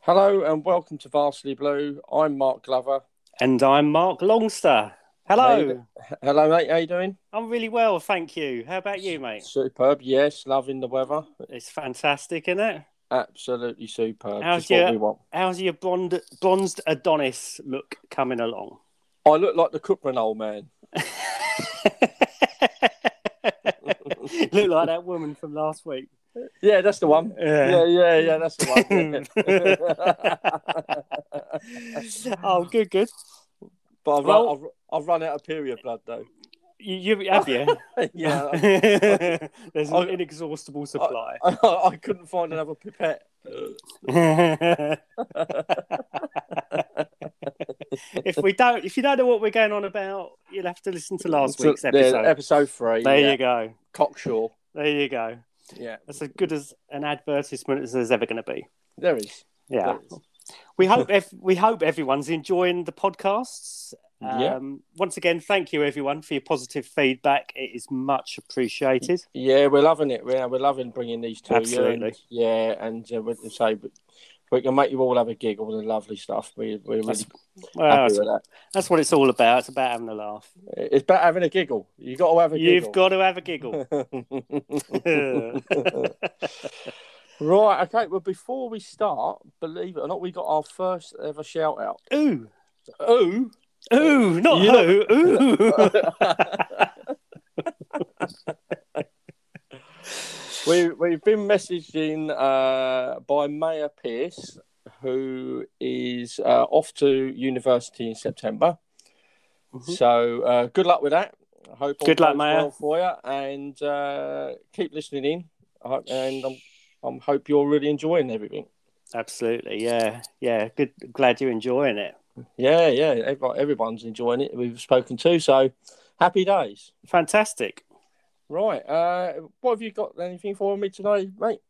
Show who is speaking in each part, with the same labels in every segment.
Speaker 1: Hello and welcome to Varsity Blue. I'm Mark Glover.
Speaker 2: And I'm Mark Longster.
Speaker 1: Hey,
Speaker 2: Hello.
Speaker 1: Hello, mate. How you doing?
Speaker 2: I'm really well, thank you. How about you, mate?
Speaker 1: Superb. Yes, loving the weather.
Speaker 2: It's fantastic, isn't it?
Speaker 1: Absolutely superb.
Speaker 2: How's
Speaker 1: Just what
Speaker 2: your-
Speaker 1: we want.
Speaker 2: How's your blonde, bronzed Adonis look coming along?
Speaker 1: I look like the Cookman old man.
Speaker 2: look like that woman from last week.
Speaker 1: Yeah, that's the one. Yeah,
Speaker 2: Yeah.
Speaker 1: yeah, yeah. That's the one.
Speaker 2: oh, good, good.
Speaker 1: but I've,
Speaker 2: Well-
Speaker 1: run, I've, I've run out of period blood though.
Speaker 2: You, you have you?
Speaker 1: yeah,
Speaker 2: There's
Speaker 1: I-
Speaker 2: an inexhaustible supply.
Speaker 1: I, I, I couldn't find another pipette.
Speaker 2: if we don't, if you don't know what we're going on about, you'll have to listen to last
Speaker 1: So-
Speaker 2: week's
Speaker 1: yeah,
Speaker 2: episode.
Speaker 1: episode three.
Speaker 2: there
Speaker 1: yeah.
Speaker 2: you go.
Speaker 1: Cocksure.
Speaker 2: There you go.
Speaker 1: Yeah,
Speaker 2: That's as good as an advertisement as there's ever going to be.
Speaker 1: there is.
Speaker 2: Yeah.
Speaker 1: There is.
Speaker 2: We hope ev- we hope everyone's enjoying the podcasts. Um,
Speaker 1: Yeah.
Speaker 2: Once again, thank you everyone for your positive feedback. It is much appreciated.
Speaker 1: Yeah, we're loving it. We're, we're loving bringing these two.
Speaker 2: Absolutely.
Speaker 1: Yeah, and yeah, and, uh, we can say we- we can make you all have a gig, all the lovely stuff. We, we're really
Speaker 2: That's- Well,
Speaker 1: happy
Speaker 2: that's,
Speaker 1: with that.
Speaker 2: that's what it's all about. It's about having a laugh.
Speaker 1: It's about having a giggle. You got to have a
Speaker 2: You've
Speaker 1: giggle.
Speaker 2: got to have a giggle.
Speaker 1: right. Okay. Well, before we start, believe it or not, we got our first ever Oh, shout out.
Speaker 2: ooh,
Speaker 1: Ooh.
Speaker 2: ooh, not
Speaker 1: You
Speaker 2: ooh, ooh.
Speaker 1: we we've been messaged in uh, by Maya Pierce, who is uh, off to university in September.
Speaker 2: Mhm.
Speaker 1: So uh, good luck with that. I hope all
Speaker 2: Good luck,
Speaker 1: goes
Speaker 2: Maya.
Speaker 1: well for you, and uh, keep listening in. I hope, and I'm I'm hope you're really enjoying everything.
Speaker 2: Absolutely, yeah, yeah. Good, glad you're enjoying it.
Speaker 1: Yeah, yeah. Everyone, everyone's enjoying it. We've spoken to, so happy days.
Speaker 2: Fantastic.
Speaker 1: Right. Uh, what have you got? Anything for me today, mate?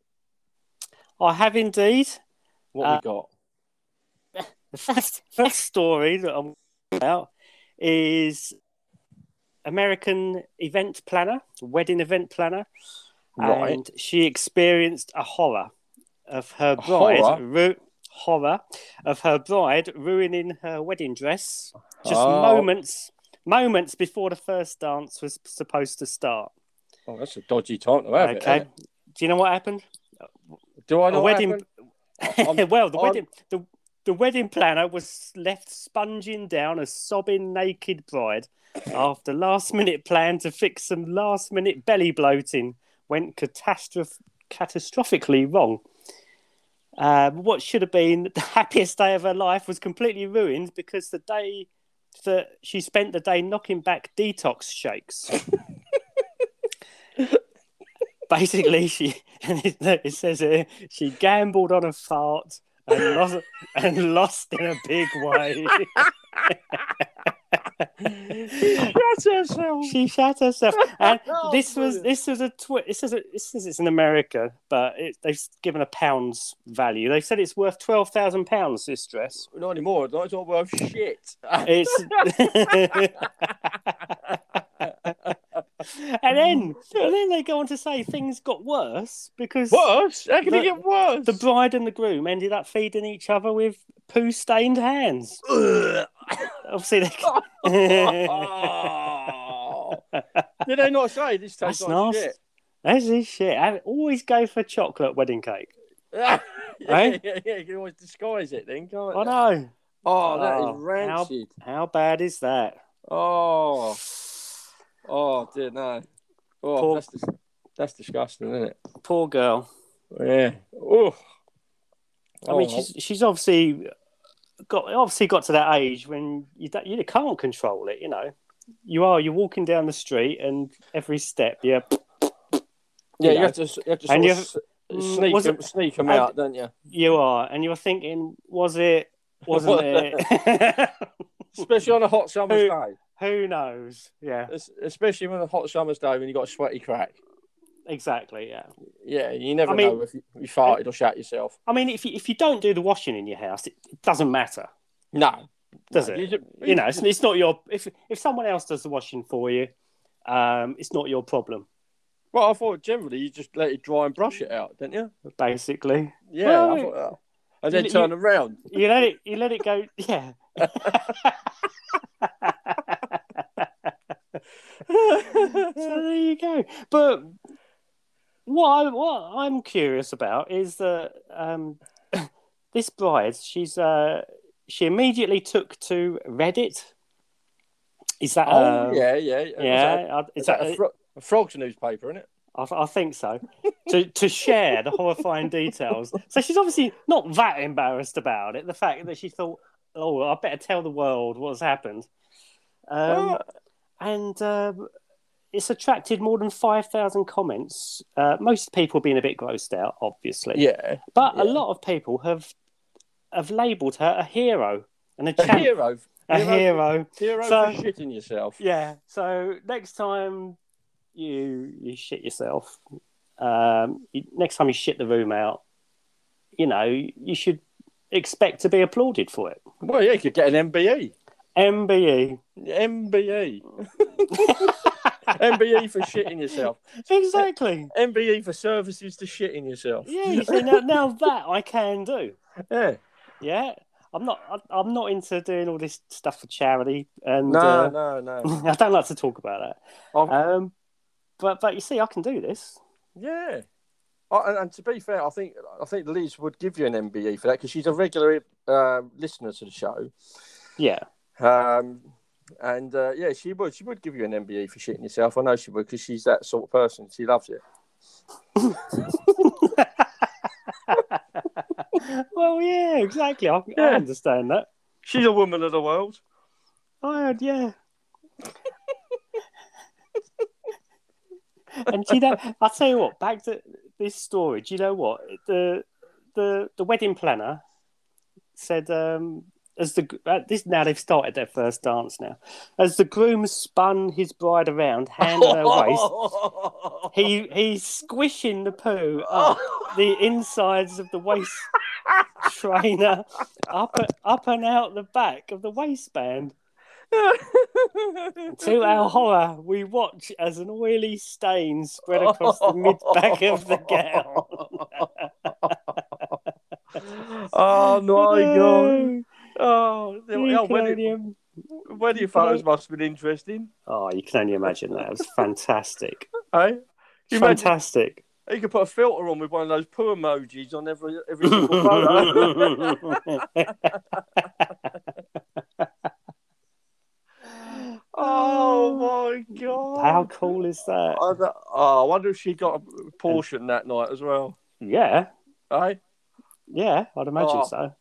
Speaker 2: I have indeed.
Speaker 1: What
Speaker 2: Uh,
Speaker 1: we got?
Speaker 2: The first, first story that I'm about is American event planner, wedding event planner, um,
Speaker 1: Right.
Speaker 2: and she experienced a horror of her
Speaker 1: A
Speaker 2: bride.
Speaker 1: horror?
Speaker 2: Ru- horror of her bride ruining her wedding dress just
Speaker 1: Oh.
Speaker 2: moments moments before the first dance was supposed to start.
Speaker 1: Oh, that's a dodgy time to have it,
Speaker 2: okay.
Speaker 1: isn't
Speaker 2: Do you know what happened?
Speaker 1: it. Do I
Speaker 2: A
Speaker 1: know what
Speaker 2: wedding.
Speaker 1: happened? I'm-
Speaker 2: well, the
Speaker 1: I'm-
Speaker 2: wedding the, the wedding planner was left sponging down a sobbing naked bride after last minute plan to fix some last minute belly bloating went catastroph- catastrophically wrong. Um, what should have been the happiest day of her life was completely ruined because the day that she spent the day knocking back detox shakes. Basically, she and it, it says here she gambled on a fart and lost, and lost in a big way.
Speaker 1: Shut yourself.
Speaker 2: she shat herself. And
Speaker 1: Oh,
Speaker 2: this was
Speaker 1: brilliant.
Speaker 2: this was a twi- this is a, this is it's in America, but it, they've given a pounds value. They said it's worth twelve thousand pounds. This dress.
Speaker 1: Not anymore. Not, it's all worth shit.
Speaker 2: It's and then and then they go on to say things got worse because
Speaker 1: worse? How can
Speaker 2: The-
Speaker 1: it get worse?
Speaker 2: the bride and the groom ended up feeding each other with poo stained hands. Obviously, they.
Speaker 1: Oh. Did they not say this tastes
Speaker 2: That's
Speaker 1: like
Speaker 2: nasty.
Speaker 1: shit?
Speaker 2: That's this shit. I always go for chocolate wedding cake.
Speaker 1: yeah,
Speaker 2: Eh?
Speaker 1: yeah, yeah, you can always disguise it then, can't
Speaker 2: I
Speaker 1: you?
Speaker 2: know.
Speaker 1: Oh, that is
Speaker 2: Oh,
Speaker 1: rancid.
Speaker 2: How bad is that?
Speaker 1: Oh, oh, dear, no. Oh,
Speaker 2: Poor-
Speaker 1: that's, dis- that's disgusting, isn't it?
Speaker 2: Poor girl.
Speaker 1: Yeah. Oh.
Speaker 2: I mean, she's she's obviously got obviously got to that age when you don't, you can't control it. You know, you are you're walking down the street and every step, yeah,
Speaker 1: yeah,
Speaker 2: you
Speaker 1: you,
Speaker 2: know.
Speaker 1: have to, you have to
Speaker 2: And
Speaker 1: sort of
Speaker 2: you've-
Speaker 1: s- sneak,
Speaker 2: was
Speaker 1: 'em-
Speaker 2: it-
Speaker 1: sneak them
Speaker 2: and-
Speaker 1: out, don't you?
Speaker 2: you are, and you're thinking, was it? Wasn't it?
Speaker 1: Especially on a hot summer's
Speaker 2: Who-
Speaker 1: day.
Speaker 2: Who knows? Yeah,
Speaker 1: Es- Especially on a hot summer's day when you got a sweaty crack.
Speaker 2: exactly. Yeah.
Speaker 1: Yeah, you never
Speaker 2: I mean-
Speaker 1: know if you, you farted or shat yourself.
Speaker 2: I mean, if you, if you don't do the washing in your house, it, it doesn't matter.
Speaker 1: No,
Speaker 2: does
Speaker 1: No,
Speaker 2: it?
Speaker 1: you ju-
Speaker 2: you know, it's, it's not your if if someone else does the washing for you, um, it's not your problem,
Speaker 1: Well, I thought generally you just let it dry and brush it out, didn't you?
Speaker 2: basically.
Speaker 1: Yeah.
Speaker 2: Well,
Speaker 1: I thought, that. and then
Speaker 2: you-
Speaker 1: turn around.
Speaker 2: You let it you let it go yeah. so there you go. But what I, what I'm curious about is that um, this bride, she's uh, she immediately took to Reddit. Is that
Speaker 1: Oh,
Speaker 2: uh,
Speaker 1: yeah, yeah.
Speaker 2: yeah?
Speaker 1: Is that-
Speaker 2: uh,
Speaker 1: is
Speaker 2: Is
Speaker 1: that
Speaker 2: that,
Speaker 1: a, fro- a frog's newspaper, isn't it?
Speaker 2: I, I think so. to to share the horrifying details. So she's obviously not that embarrassed about it. The fact that she thought, "Oh, I better tell the world what's happened," um, and um, it's attracted more than five thousand comments. Uh, most people being a bit grossed out, obviously,
Speaker 1: yeah.
Speaker 2: but
Speaker 1: yeah.
Speaker 2: a lot of people have have labelled her a hero and a
Speaker 1: A
Speaker 2: champ,
Speaker 1: hero.
Speaker 2: a
Speaker 1: Hero.
Speaker 2: hero.
Speaker 1: Hero
Speaker 2: So-
Speaker 1: for shitting yourself.
Speaker 2: Yeah. So next time you you shit yourself, um, you, next time you shit the room out, you know you should expect to be applauded for it. E.
Speaker 1: Well, yeah, you could get an E. MBE.
Speaker 2: MBE.
Speaker 1: MBE. MBE E for shitting yourself.
Speaker 2: Exactly.
Speaker 1: MBE for services to shitting yourself.
Speaker 2: Yeah. You see, now, now that I can do.
Speaker 1: Yeah.
Speaker 2: Yeah. I'm not. I- I'm not into doing all this stuff for charity, and
Speaker 1: No,
Speaker 2: uh,
Speaker 1: no, no.
Speaker 2: I don't like to talk about that.
Speaker 1: I've-
Speaker 2: Um, but but you see, I can do this.
Speaker 1: Yeah. I, and, and to be fair, I think I think Liz would give you an MBE for that because she's a regular uh, listener to the show.
Speaker 2: Yeah.
Speaker 1: Um, and uh, yeah, she would she would give you an MBE for shitting yourself. I know she would because she's that sort of person. She loves it.
Speaker 2: well, yeah, exactly. I,
Speaker 1: Yeah.
Speaker 2: I understand that.
Speaker 1: She's a woman of the world.
Speaker 2: I heard, yeah. and do you know, I tell you what. Back to this story. Do you know what the the the wedding planner said? Um, as the uh, this now they've started their first dance now. As the groom spun his bride around, hand at her waist, he he's squishing the poo up the insides of the waist trainer up up and out the back of the waistband. To our horror, we watch as an oily stain spread across the mid back of the gown.
Speaker 1: oh my god!
Speaker 2: No,
Speaker 1: Oh, the,
Speaker 2: you
Speaker 1: yeah,
Speaker 2: can
Speaker 1: wedding,
Speaker 2: only-
Speaker 1: wedding photos must have been interesting.
Speaker 2: Oh, you can only imagine that. It was fantastic.
Speaker 1: Hey, Can you imagine
Speaker 2: fantastic.
Speaker 1: eh? you could put a filter on with one of those poo emojis on every every single photo. oh my god!
Speaker 2: How cool is that?
Speaker 1: I, don't- oh, I wonder if she got a portion that night as well. eh?
Speaker 2: Yeah.
Speaker 1: Hey,
Speaker 2: Yeah, I'd imagine
Speaker 1: Oh.
Speaker 2: so.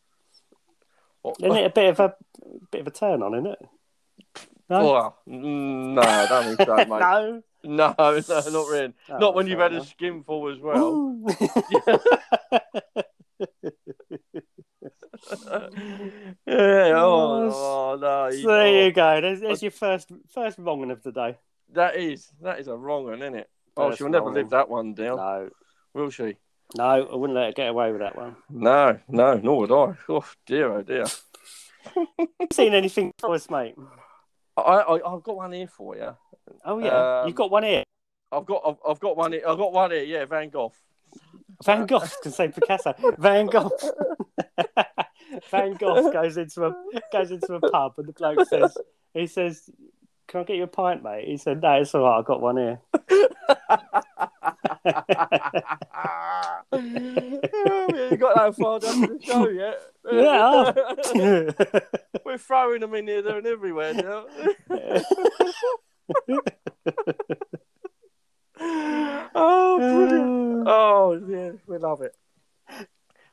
Speaker 1: What-
Speaker 2: Isn't it a bit of a bit of a turn on, isn't it? No,
Speaker 1: Oh, mm, no, I don't think so, mate. no.
Speaker 2: no.
Speaker 1: no, not really.
Speaker 2: Oh,
Speaker 1: not when you've
Speaker 2: fair
Speaker 1: had a
Speaker 2: enough.
Speaker 1: skinful as well. yeah. Oh, oh, no.
Speaker 2: so
Speaker 1: he-
Speaker 2: there
Speaker 1: oh,
Speaker 2: you go. There's, there's your first first wrong of the day.
Speaker 1: That is that is a wrong one, isn't it? Oh,
Speaker 2: That's
Speaker 1: she'll never
Speaker 2: wrong.
Speaker 1: live that one down,
Speaker 2: No,
Speaker 1: will she?
Speaker 2: no, I wouldn't let her get away with that one.
Speaker 1: No, no, nor would I. Oh dear, oh dear.
Speaker 2: Seen anything for us, mate?
Speaker 1: I, I I've got one here for you.
Speaker 2: Oh yeah,
Speaker 1: Um,
Speaker 2: you've got one here.
Speaker 1: I've got I've, I've got one here. I've got one here. Yeah, Van Gogh.
Speaker 2: Van Gogh can say Picasso. Van Gogh. Van Gogh goes into a goes into a pub and the bloke says he says, Can I get you a pint, mate? He said, No, it's all right, I've got one here.
Speaker 1: Ah. Oh, we ain't got that far down to the show yet.
Speaker 2: Yeah.
Speaker 1: We're throwing them in here, there, and everywhere now. oh, brilliant. Oh, yeah, we love it.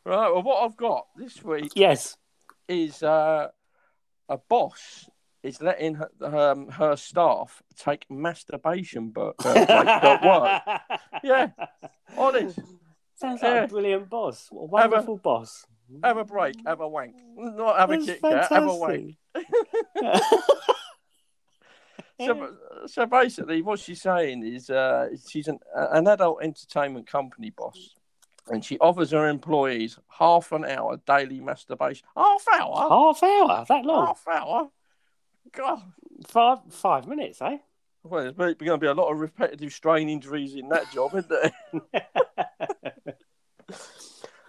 Speaker 1: Right, well, what I've got this week
Speaker 2: yes.
Speaker 1: is uh, a boss is letting her, um, her staff take masturbation bur- uh, breaks at work. Yeah, honest.
Speaker 2: Sounds like
Speaker 1: Yeah.
Speaker 2: a brilliant boss. What a
Speaker 1: Have a-
Speaker 2: wonderful boss.
Speaker 1: Have a break, have a wank. Not have a
Speaker 2: That's
Speaker 1: Kit Kat, have a wank.
Speaker 2: fantastic.
Speaker 1: So, so basically, what she's saying is uh, she's an, an adult entertainment company boss. and she offers her employees half an hour daily masturbation. Half hour?
Speaker 2: Half hour, that long.
Speaker 1: Half hour? God.
Speaker 2: Five five minutes, eh?
Speaker 1: Well, there's going to be a lot of repetitive strain injuries in that job, isn't there?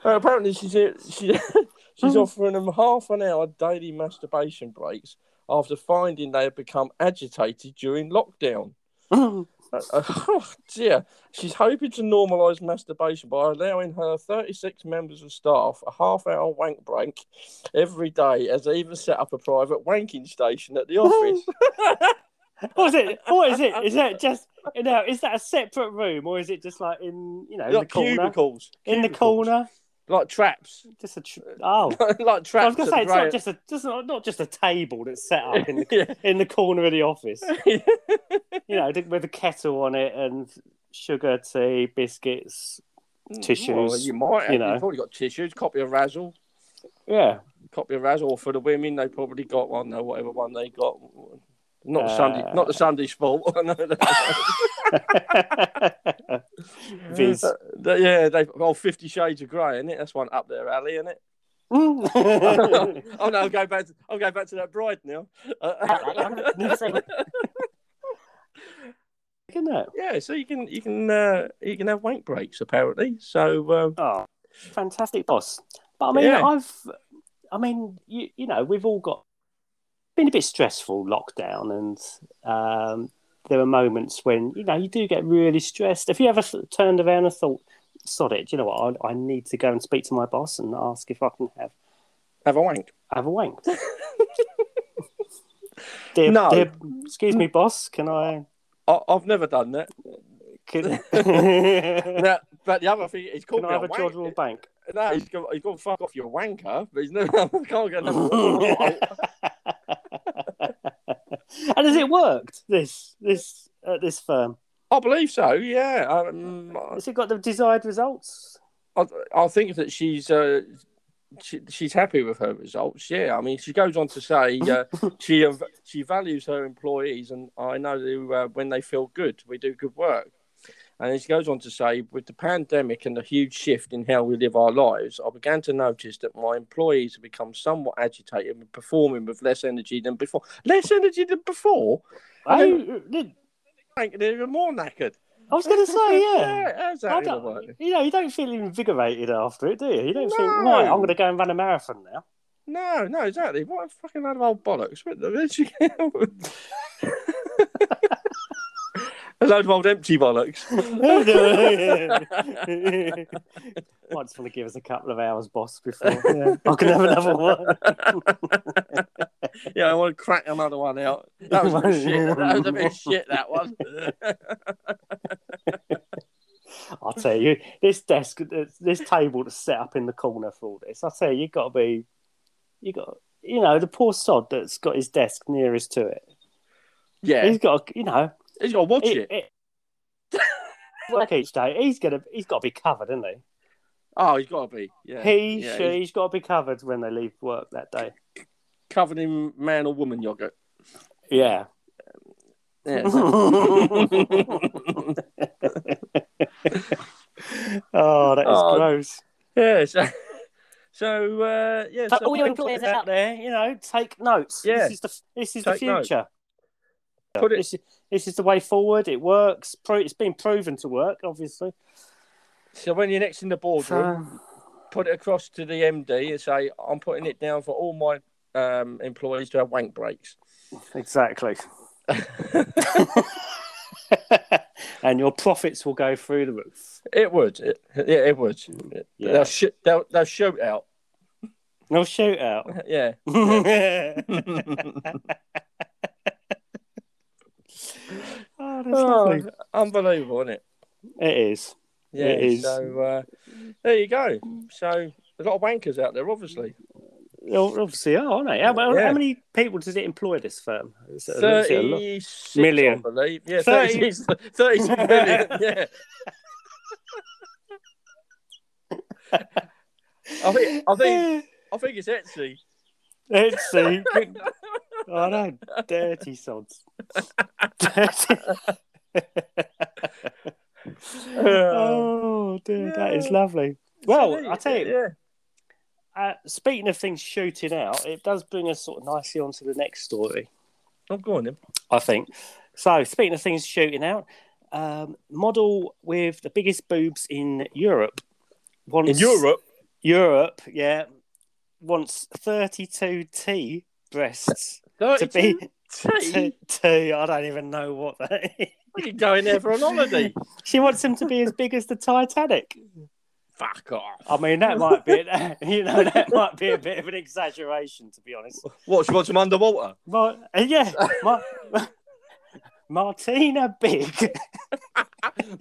Speaker 1: Uh, apparently, she's she, she's
Speaker 2: Hmm.
Speaker 1: offering them half an hour daily masturbation breaks after finding they have become agitated during lockdown. Uh, uh, oh dear. She's hoping to normalise masturbation by allowing her 36 members of staff a half hour wank break every day, as they even set up a private wanking station at the office.
Speaker 2: What is it? What is it? Is that just you know, is that a separate room or is it just like in you know in
Speaker 1: like
Speaker 2: the corner?
Speaker 1: cubicles.
Speaker 2: In the
Speaker 1: Cubicles.
Speaker 2: corner?
Speaker 1: Like traps.
Speaker 2: Just a tr- oh.
Speaker 1: like traps.
Speaker 2: I was gonna say
Speaker 1: at
Speaker 2: it's not
Speaker 1: Graham-
Speaker 2: just a just not, not just a table that's set up in the
Speaker 1: Yeah.
Speaker 2: in the corner of the office. you know, with a kettle on it and sugar, tea, biscuits. Tissues,
Speaker 1: Well, you might. Have.
Speaker 2: you
Speaker 1: You
Speaker 2: know.
Speaker 1: have probably got tissues. Copy of Razzle.
Speaker 2: Yeah,
Speaker 1: Copy of Razzle. Or for the women, they probably got one. Though whatever one they got. Not the
Speaker 2: Uh,
Speaker 1: Sunday. Not the Sunday's fault. I know that.
Speaker 2: Viz.
Speaker 1: Uh, they- yeah, they. Oh, Fifty Shades of Grey, isn't it? That's one up there alley, isn't it? oh no, I'm going back. To, I'm going back to that bride now. Uh,
Speaker 2: Isn't it?
Speaker 1: yeah, so you can you can uh, you can have wank breaks apparently. So um,
Speaker 2: Oh, fantastic boss. But I mean,
Speaker 1: Yeah.
Speaker 2: I've, I mean, you, you know, we've all got been a bit stressful lockdown, and um, there are moments when you know you do get really stressed. Have you ever sort of turned around and thought, "Sod it, do you know what? I, I need to go and speak to my boss and ask if I can have
Speaker 1: have a wank.
Speaker 2: have a wank." dear,
Speaker 1: No.
Speaker 2: dear- excuse me, boss. Can I?
Speaker 1: I, I've never done that.
Speaker 2: Can,
Speaker 1: Now, but the other thing, he's called
Speaker 2: can
Speaker 1: me
Speaker 2: I have a
Speaker 1: wank.
Speaker 2: Jordan Bank?
Speaker 1: No, he's gone, he's gone fuck off your wanker, but he's never, I can't get another
Speaker 2: and has it worked? This this at this firm
Speaker 1: I believe so, yeah. Um, I,
Speaker 2: has it got the desired results?
Speaker 1: I- I think that she's. Uh, she, she's happy with her results. Yeah, I mean, she goes on to say uh, she av- she values her employees, and I know that, uh, when they feel good, we do good work. And she goes on to say, with the pandemic and the huge shift in how we live our lives, I began to notice that my employees have become somewhat agitated and performing with less energy than before. Less energy than before.
Speaker 2: I,
Speaker 1: Like, they're even more knackered.
Speaker 2: I was going to say yeah.
Speaker 1: Yeah, how's
Speaker 2: I
Speaker 1: that gonna work?
Speaker 2: don't, you know, you don't feel invigorated after it, do you? You don't think,
Speaker 1: No.
Speaker 2: right, I'm going to go and run a marathon now.
Speaker 1: No, no, exactly. What a fucking load of old bollocks. What the- where'd you- a load of old empty bollocks.
Speaker 2: Might just want to give us a couple of hours, boss, before I can have another one.
Speaker 1: Yeah, I want to crack another one out. That was a bit shit. That was a bit shit. That one.
Speaker 2: I tell you, this desk, this, this table that's set up in the corner for all this. I tell you, you got to be, you got, you know, the poor sod that's got his desk nearest to it.
Speaker 1: Yeah,
Speaker 2: He's got, to, you know,
Speaker 1: he's got to watch
Speaker 2: it,
Speaker 1: it.
Speaker 2: it- work each day. He's gonna, he's got to be covered, isn't he?
Speaker 1: Oh, he's got to be. Yeah,
Speaker 2: he,
Speaker 1: yeah,
Speaker 2: she,
Speaker 1: he's-
Speaker 2: he's got to be covered when they leave work that day.
Speaker 1: covered in man or woman yogurt.
Speaker 2: Yeah.
Speaker 1: Yeah.
Speaker 2: oh, that is
Speaker 1: Oh,
Speaker 2: gross.
Speaker 1: yeah. So, so uh, yeah.
Speaker 2: But
Speaker 1: so
Speaker 2: all your employers out there, you know, take notes.
Speaker 1: Yeah.
Speaker 2: This is the this is the
Speaker 1: Take note.
Speaker 2: future.
Speaker 1: Put it-
Speaker 2: This, is- this is the way forward. It works. Pro- It's been proven to work, obviously.
Speaker 1: So when you're next in the boardroom, put it across to the MD and say, I'm putting it down for all my um, employees to have wank breaks.
Speaker 2: exactly. and your profits will go through the roof.
Speaker 1: It would. It, yeah, it would.
Speaker 2: Yeah.
Speaker 1: They'll, sh- they'll, they'll shoot out.
Speaker 2: No shootout.
Speaker 1: Yeah.
Speaker 2: Oh, that's
Speaker 1: Oh,
Speaker 2: lovely.
Speaker 1: unbelievable, isn't it?
Speaker 2: It is.
Speaker 1: Yeah.
Speaker 2: It is.
Speaker 1: So uh, there you go. So there's a lot of wankers out there, obviously.
Speaker 2: They Obviously, are, aren't they? How, how
Speaker 1: Yeah.
Speaker 2: many people does it employ, this firm? It's obviously a lot.
Speaker 1: 36
Speaker 2: Million.
Speaker 1: I believe. Yeah,
Speaker 2: Thirty-
Speaker 1: 36, 36 million. Yeah. I think, I think I think it's Etsy.
Speaker 2: Let's see. I know. Oh, Dirty sods. Dirty. oh, dear. That is
Speaker 1: Yeah.
Speaker 2: Oh, lovely. Well,
Speaker 1: there
Speaker 2: I tell you-
Speaker 1: yeah.
Speaker 2: Uh, speaking of things shooting out, it does bring us sort of nicely onto the next story,
Speaker 1: Oh, go on then.
Speaker 2: I think. So, speaking of things shooting out, um, model with the biggest boobs in Europe wants
Speaker 1: In Europe,
Speaker 2: Europe, yeah, wants 32T breasts to be
Speaker 1: T.
Speaker 2: to, to, I don't even know what that is.
Speaker 1: You're going there for an holiday.
Speaker 2: She wants them to be as big as the Titanic.
Speaker 1: Fuck off.
Speaker 2: I mean, that might be you know that might be a bit of an exaggeration, to be honest.
Speaker 1: What? She wants them underwater.
Speaker 2: But uh, yeah, Ma- Martina Big.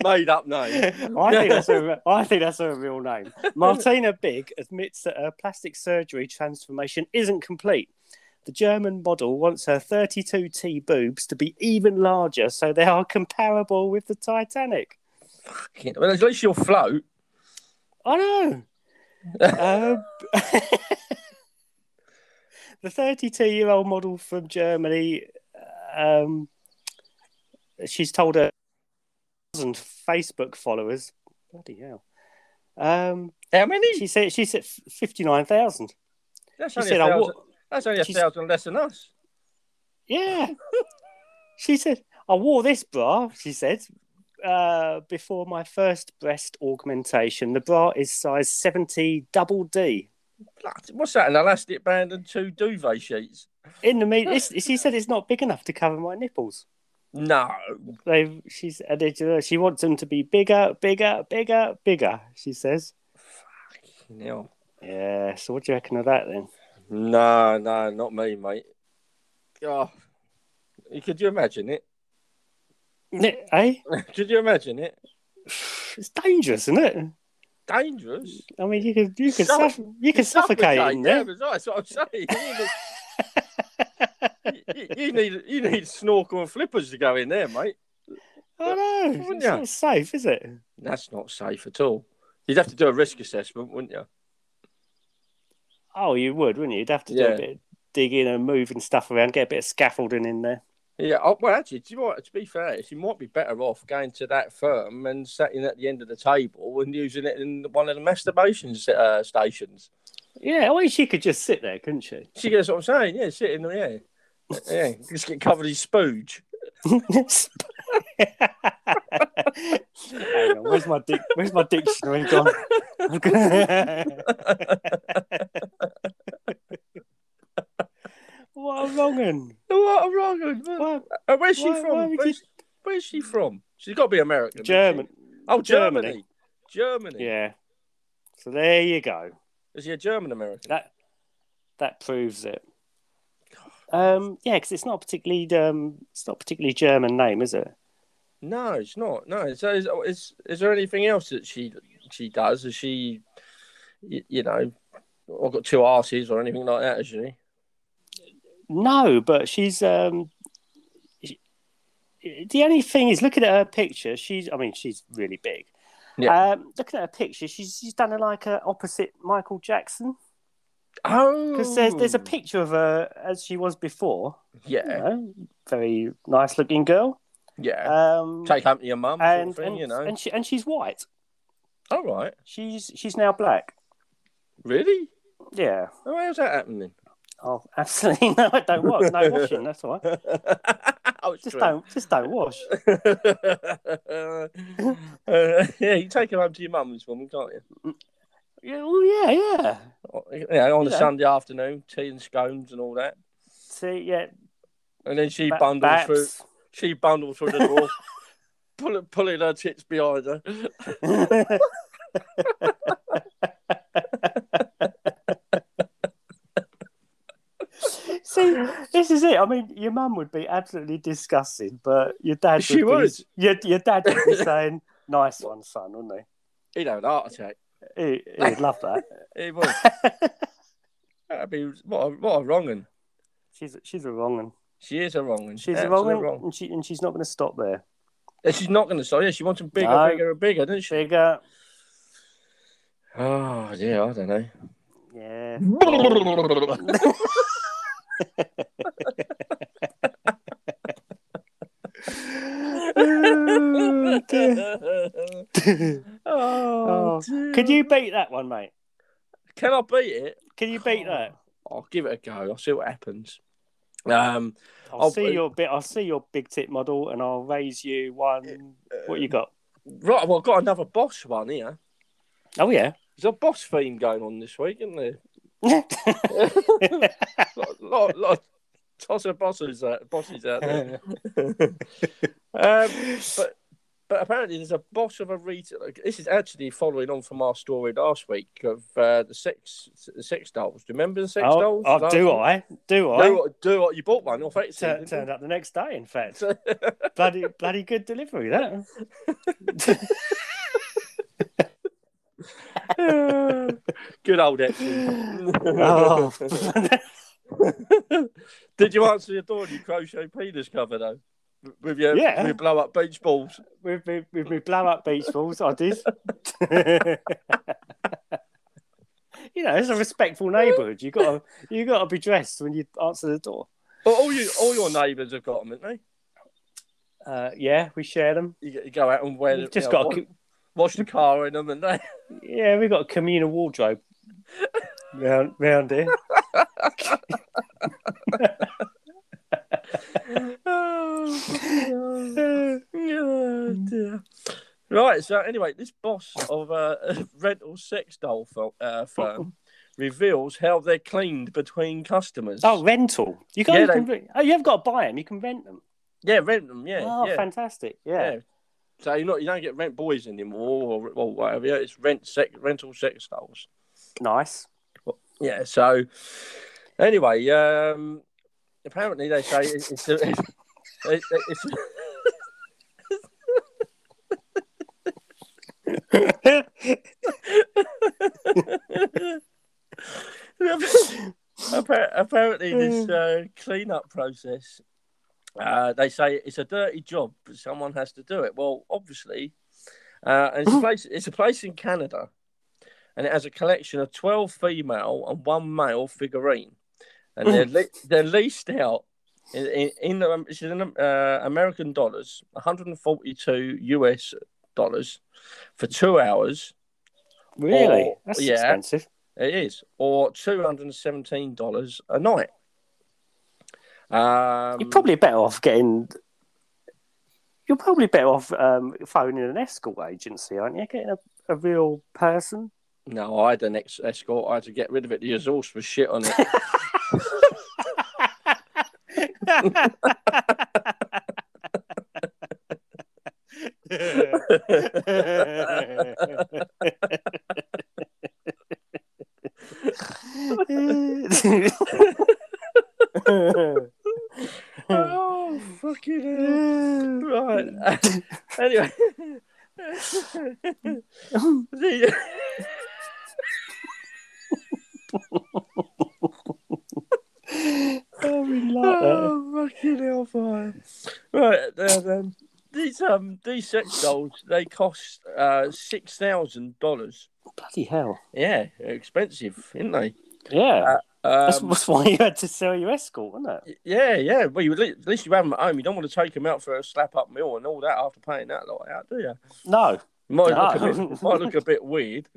Speaker 1: Made up
Speaker 2: I
Speaker 1: name.
Speaker 2: think that's a, I think that's a real name. Martina Big admits that her plastic surgery transformation isn't complete. The German model wants her 32T boobs to be even larger so they are comparable with the Titanic.
Speaker 1: Fucking- Well, at least you'll float.
Speaker 2: I know. Um, the 32 year old model from Germany, um, she's told her thousand Facebook followers. Bloody hell. Um,
Speaker 1: How many?
Speaker 2: she said she said fifty nine thousand.
Speaker 1: That's
Speaker 2: She
Speaker 1: only,
Speaker 2: said,
Speaker 1: a,
Speaker 2: "I
Speaker 1: thousand,
Speaker 2: wa-
Speaker 1: that's only a
Speaker 2: she's-
Speaker 1: thousand less than us.
Speaker 2: Yeah. she said, I wore this bra, she said, uh, before my first breast augmentation. The bra is size 70 double D.
Speaker 1: Blood- What's that? An elastic band and two duvet sheets?
Speaker 2: In the meat, it's- she said it's not big enough to cover my nipples.
Speaker 1: No.
Speaker 2: They, she's added, uh, she wants them to be bigger, bigger, bigger, bigger. She says,
Speaker 1: Fucking hell.
Speaker 2: "Yeah." So what do you reckon of that then?
Speaker 1: No, no, not me, mate. Oh, could you imagine it?
Speaker 2: Ni- eh?
Speaker 1: could you imagine it?
Speaker 2: It's dangerous, isn't it?
Speaker 1: Dangerous.
Speaker 2: I mean, you could you could
Speaker 1: Suff-
Speaker 2: suff- you could suffocate in
Speaker 1: Yeah,
Speaker 2: there.
Speaker 1: but that's what I'm saying. You need, a- you- you need you need snorkel and flippers to go in there, mate.
Speaker 2: I know.
Speaker 1: Wouldn't
Speaker 2: It's
Speaker 1: you?
Speaker 2: not safe, is it?
Speaker 1: That's not safe at all. You'd have to do a risk assessment, wouldn't you?
Speaker 2: Oh, you would, wouldn't you? You'd have to do
Speaker 1: Yeah.
Speaker 2: a bit of digging and moving stuff around, get a bit of scaffolding in there.
Speaker 1: Yeah, oh, well, actually, do you know what? To be fair, you might be better off going to that firm and sitting at the end of the table and using it in one of the masturbation s- uh, stations.
Speaker 2: Yeah, or she could just sit there, couldn't she?
Speaker 1: She gets what I'm saying? Yeah, sitting there, yeah. Yeah, just get covered in spooge.
Speaker 2: Hang on, where's my dic- where's my dictionary gone? what a wrong un.
Speaker 1: What a wrong one.
Speaker 2: What
Speaker 1: Uh, Where's she
Speaker 2: Why-
Speaker 1: from?
Speaker 2: why would
Speaker 1: where's, where's she from? She's got to be American.
Speaker 2: a
Speaker 1: isn't she?
Speaker 2: German.
Speaker 1: Oh,
Speaker 2: Germany.
Speaker 1: Germany. Germany.
Speaker 2: Yeah. So there you go.
Speaker 1: Is he a German American?
Speaker 2: That that proves it. Um, yeah, because it's not particularly um, it's not particularly German name, is it?
Speaker 1: No, it's not. No. So is, is is there anything else that she she does? Is she, you, you know, I've got two arses or anything like that? Is she?
Speaker 2: No, but she's um she- the only thing is looking at her picture, she's I mean she's really big.
Speaker 1: Yeah.
Speaker 2: Um, looking at her picture, she's she's done her like a opposite Michael Jackson
Speaker 1: Oh,
Speaker 2: because there's there's a picture of her as she was before, you
Speaker 1: yeah,
Speaker 2: know, very nice looking girl.
Speaker 1: yeah.
Speaker 2: Um,
Speaker 1: Take home to your mum, sort
Speaker 2: and
Speaker 1: of thing,
Speaker 2: and,
Speaker 1: you know.
Speaker 2: and she and she's white.
Speaker 1: All right,
Speaker 2: She's she's now black.
Speaker 1: really?
Speaker 2: Yeah.
Speaker 1: Oh, how's that happening?
Speaker 2: Oh, absolutely no, I don't wash. No washing. That's all right.
Speaker 1: oh, it's
Speaker 2: Just
Speaker 1: true.
Speaker 2: don't just don't wash.
Speaker 1: Uh, yeah, you take her home to your mum's woman, can't you?
Speaker 2: Yeah. Oh yeah, yeah.
Speaker 1: Yeah, on a
Speaker 2: Yeah.
Speaker 1: Sunday afternoon, tea and scones and all that.
Speaker 2: See, yeah,
Speaker 1: And then she
Speaker 2: Ba-
Speaker 1: bundles through.
Speaker 2: Babs.
Speaker 1: She bundles through the door, pull, pulling her tits behind her.
Speaker 2: See, this is it. I mean, your mum would be absolutely disgusted, but your dad would
Speaker 1: She
Speaker 2: be,
Speaker 1: would.
Speaker 2: Your, your dad would be saying, "Nice one, son," wouldn't
Speaker 1: He'd have an heart attack.
Speaker 2: he? he? He'd love that.
Speaker 1: He would. That'd be what a, what a wrong one.
Speaker 2: she's she's a wrong one.
Speaker 1: She is a wrong one.
Speaker 2: She's a
Speaker 1: Absolute
Speaker 2: wrong one, and she and she's not going to stop there.
Speaker 1: And she's not going to say. Yeah, she wants them bigger,
Speaker 2: No.
Speaker 1: bigger, and bigger, doesn't she?
Speaker 2: Bigger,
Speaker 1: Oh, yeah, I don't know.
Speaker 2: yeah. Oh, dear.
Speaker 1: oh, dear.
Speaker 2: Could you beat that one, mate?
Speaker 1: Can I beat it?
Speaker 2: Can you beat that?
Speaker 1: I'll give it a go. I'll see what happens. Um,
Speaker 2: I'll
Speaker 1: I'll-
Speaker 2: see your bit. I'll see your big tit model, and I'll raise you one. What you got?
Speaker 1: right, well, I've got another boss one here.
Speaker 2: Oh yeah.
Speaker 1: There's a boss theme going on this week, isn't there? lot, lot, lot tosser bosses out, bosses out there. um, but but apparently there's a boss of a retailer. This is actually following on from our story last week of uh, the sex the sex dolls. Do you remember the sex
Speaker 2: oh,
Speaker 1: dolls?
Speaker 2: oh, do I? Do I?
Speaker 1: Do what? Do what? You bought one off Etsy.
Speaker 2: Tur-
Speaker 1: didn't
Speaker 2: turned up the next day. In fact,
Speaker 1: you?
Speaker 2: bloody bloody good delivery that.
Speaker 1: Good old Etsy.
Speaker 2: oh.
Speaker 1: Did you answer your door in your crochet penis cover though? With your,
Speaker 2: Yeah.
Speaker 1: with your blow up beach balls.
Speaker 2: with me, with me blow up beach balls, I did. you know, it's a respectful neighbourhood. You got to you got to be dressed when you answer the door.
Speaker 1: But all you all your neighbours have got them, haven't they?
Speaker 2: Uh, yeah, we share them.
Speaker 1: You, you go out and wear.
Speaker 2: We've just
Speaker 1: you know, wa-
Speaker 2: got a, co-
Speaker 1: wash the car in them, and they.
Speaker 2: yeah, we got a communal wardrobe round round here.
Speaker 1: oh, dear. Right, so anyway, this boss of a rental sex doll fir- uh, firm reveals how they're cleaned between customers.
Speaker 2: Mm-hmm. Oh, rental. You can,
Speaker 1: Yeah,
Speaker 2: you can re- oh, you have got to buy them. You can rent them.
Speaker 1: yeah, rent them, yeah.
Speaker 2: oh,
Speaker 1: yeah,
Speaker 2: fantastic. Yeah.
Speaker 1: yeah. So you're not, you don't get rent boys anymore or, or whatever. Yeah, it's rent sec, rental sex dolls.
Speaker 2: nice.
Speaker 1: Yeah, so anyway, um, apparently they say it- it's a, it's, it- it's Appar- apparently this uh, cleanup process uh, they say it's a dirty job but someone has to do it well obviously uh, and it's a place it's a place in canada and it has a collection of 12 female and one male figurine and they're, le- they're leased out in, in, in, um, it's in um, uh, american dollars 142 us dollars for two hours
Speaker 2: really?
Speaker 1: Or-
Speaker 2: That's
Speaker 1: yeah.
Speaker 2: expensive.
Speaker 1: it is, or two hundred and seventeen dollars a night. Um,
Speaker 2: You're probably better off getting. You're probably better off um, phoning an escort agency, aren't you? Getting a, a real person.
Speaker 1: no. I had an ex escort. I had to get rid of it. The exhaust was shit on it. oh fucking Right. anyway. The-
Speaker 2: Oh, we like that.
Speaker 1: oh fucking hellfire! Right there then. These um these sex dolls they cost uh six thousand dollars.
Speaker 2: Bloody hell.
Speaker 1: Yeah, they're expensive, isn't they?
Speaker 2: Yeah. that's,
Speaker 1: Um,
Speaker 2: that's why you had to sell your escort, wasn't it?
Speaker 1: yeah, yeah. Well, you, at least you have them at home. You don't want to take them out for a slap up meal and all that after paying that lot out, do you?
Speaker 2: No.
Speaker 1: Might, look,
Speaker 2: No.
Speaker 1: a bit, might look a bit weird.